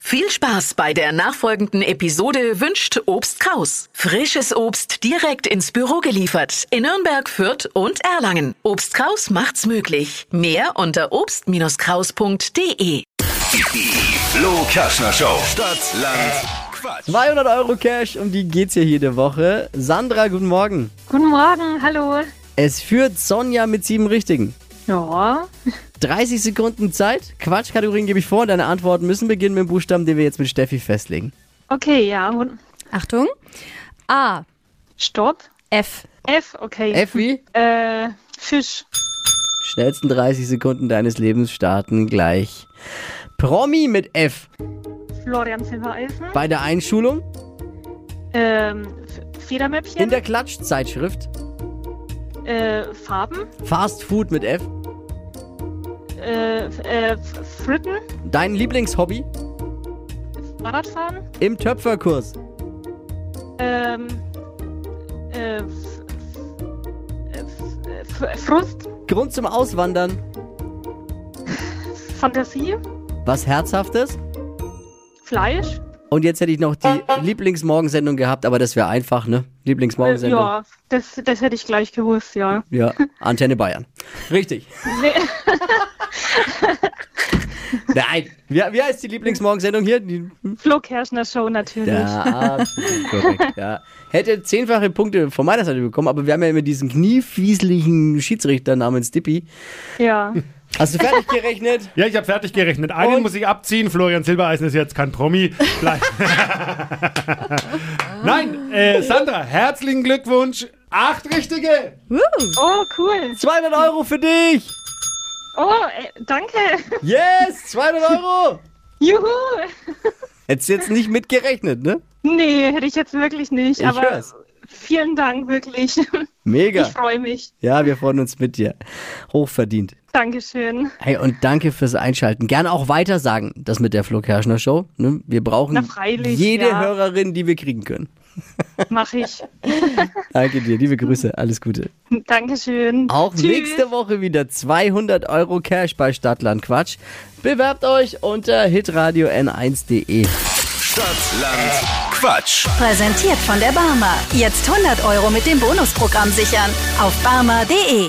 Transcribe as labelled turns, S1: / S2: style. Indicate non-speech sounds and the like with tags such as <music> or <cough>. S1: Viel Spaß bei der nachfolgenden Episode wünscht Obst Kraus. Frisches Obst direkt ins Büro geliefert in Nürnberg, Fürth und Erlangen. Obst Kraus macht's möglich. Mehr unter obst-kraus.de.
S2: Die Flo Kaschner Show. Stadt, Land, Quatsch.
S3: 200 Euro Cash, um die geht's hier jede Woche. Sandra, guten Morgen.
S4: Guten Morgen, hallo.
S3: Es führt Sonja mit sieben Richtigen.
S4: Ja,
S3: 30 Sekunden Zeit. Quatschkategorien gebe ich vor. Deine Antworten müssen beginnen mit dem Buchstaben, den wir jetzt mit Steffi festlegen.
S4: okay, ja. und-
S5: Achtung. A.
S4: Stopp.
S5: F.
S4: F, okay.
S3: Effi,
S4: Äh, Fisch.
S3: schnellsten 30 Sekunden deines Lebens starten gleich. Promi mit F.
S4: Florian Silbereisen.
S3: Bei der Einschulung,
S4: Ähm, F-
S3: in
S4: Federmäppchen.
S3: der Klatschzeitschrift.
S4: äh, Farben.
S3: Fast Food mit F.
S4: Äh, f- äh, f- Fritten.
S3: Dein Lieblingshobby
S4: Fahrradfahren.
S3: im Töpferkurs.
S4: Ähm, äh, f- f- äh, f- äh, Frust.
S3: Grund zum Auswandern.
S4: Fantasie.
S3: Was Herzhaftes.
S4: Fleisch.
S3: Und jetzt hätte ich noch die Lieblingsmorgensendung gehabt, aber das wäre einfach, ne?
S4: Äh,
S3: Lieblingsmorgensendung.
S4: ja, das, das hätte ich gleich gewusst, ja.
S3: Ja, Antenne Bayern. Richtig.
S4: Nee.
S3: Nein. Wie, wie heißt die Lieblingsmorgensendung hier? Die,
S4: Flo Kerschner Show natürlich.
S3: ja, absolut korrekt. Ja. Hätte zehnfache Punkte von meiner Seite bekommen, aber wir haben ja immer diesen kniefieslichen Schiedsrichter namens Dippy.
S4: ja.
S3: Hast du fertig
S4: <laughs>
S3: gerechnet?
S6: Ja, ich habe fertig gerechnet. Einen
S3: Und?
S6: muss ich abziehen. Florian Silbereisen ist jetzt kein Promi. Bleib- <laughs> Nein, äh, Sandra, herzlichen Glückwunsch. Acht Richtige.
S4: Oh, cool.
S3: 200 Euro für dich!
S4: Oh, äh, danke.
S3: Yes! 200 Euro!
S4: Juhu!
S3: Hättest du jetzt nicht mitgerechnet, ne?
S4: Nee, hätte ich jetzt wirklich nicht,
S3: Ich
S4: aber
S3: hör's.
S4: vielen Dank, wirklich.
S3: Mega.
S4: Ich freue mich.
S3: Ja, wir freuen uns mit dir. Hochverdient.
S4: Dankeschön.
S3: Hey, und danke fürs Einschalten. Gerne auch weitersagen, das mit der Flo Kerschner Show. Ne? Wir brauchen
S4: Na, freilich,
S3: jede
S4: ja.
S3: Hörerin, die wir kriegen können.
S4: Mach ich.
S3: Danke dir, liebe Grüße, alles Gute.
S4: Dankeschön.
S3: Auch
S4: Tschüss.
S3: nächste Woche wieder 200 Euro Cash bei Stadtland Quatsch. Bewerbt euch unter hitradio n1.de.
S2: Stadt, Land, Quatsch.
S5: Präsentiert von der Barmer. Jetzt 100 Euro mit dem Bonusprogramm sichern. Auf barmer.de.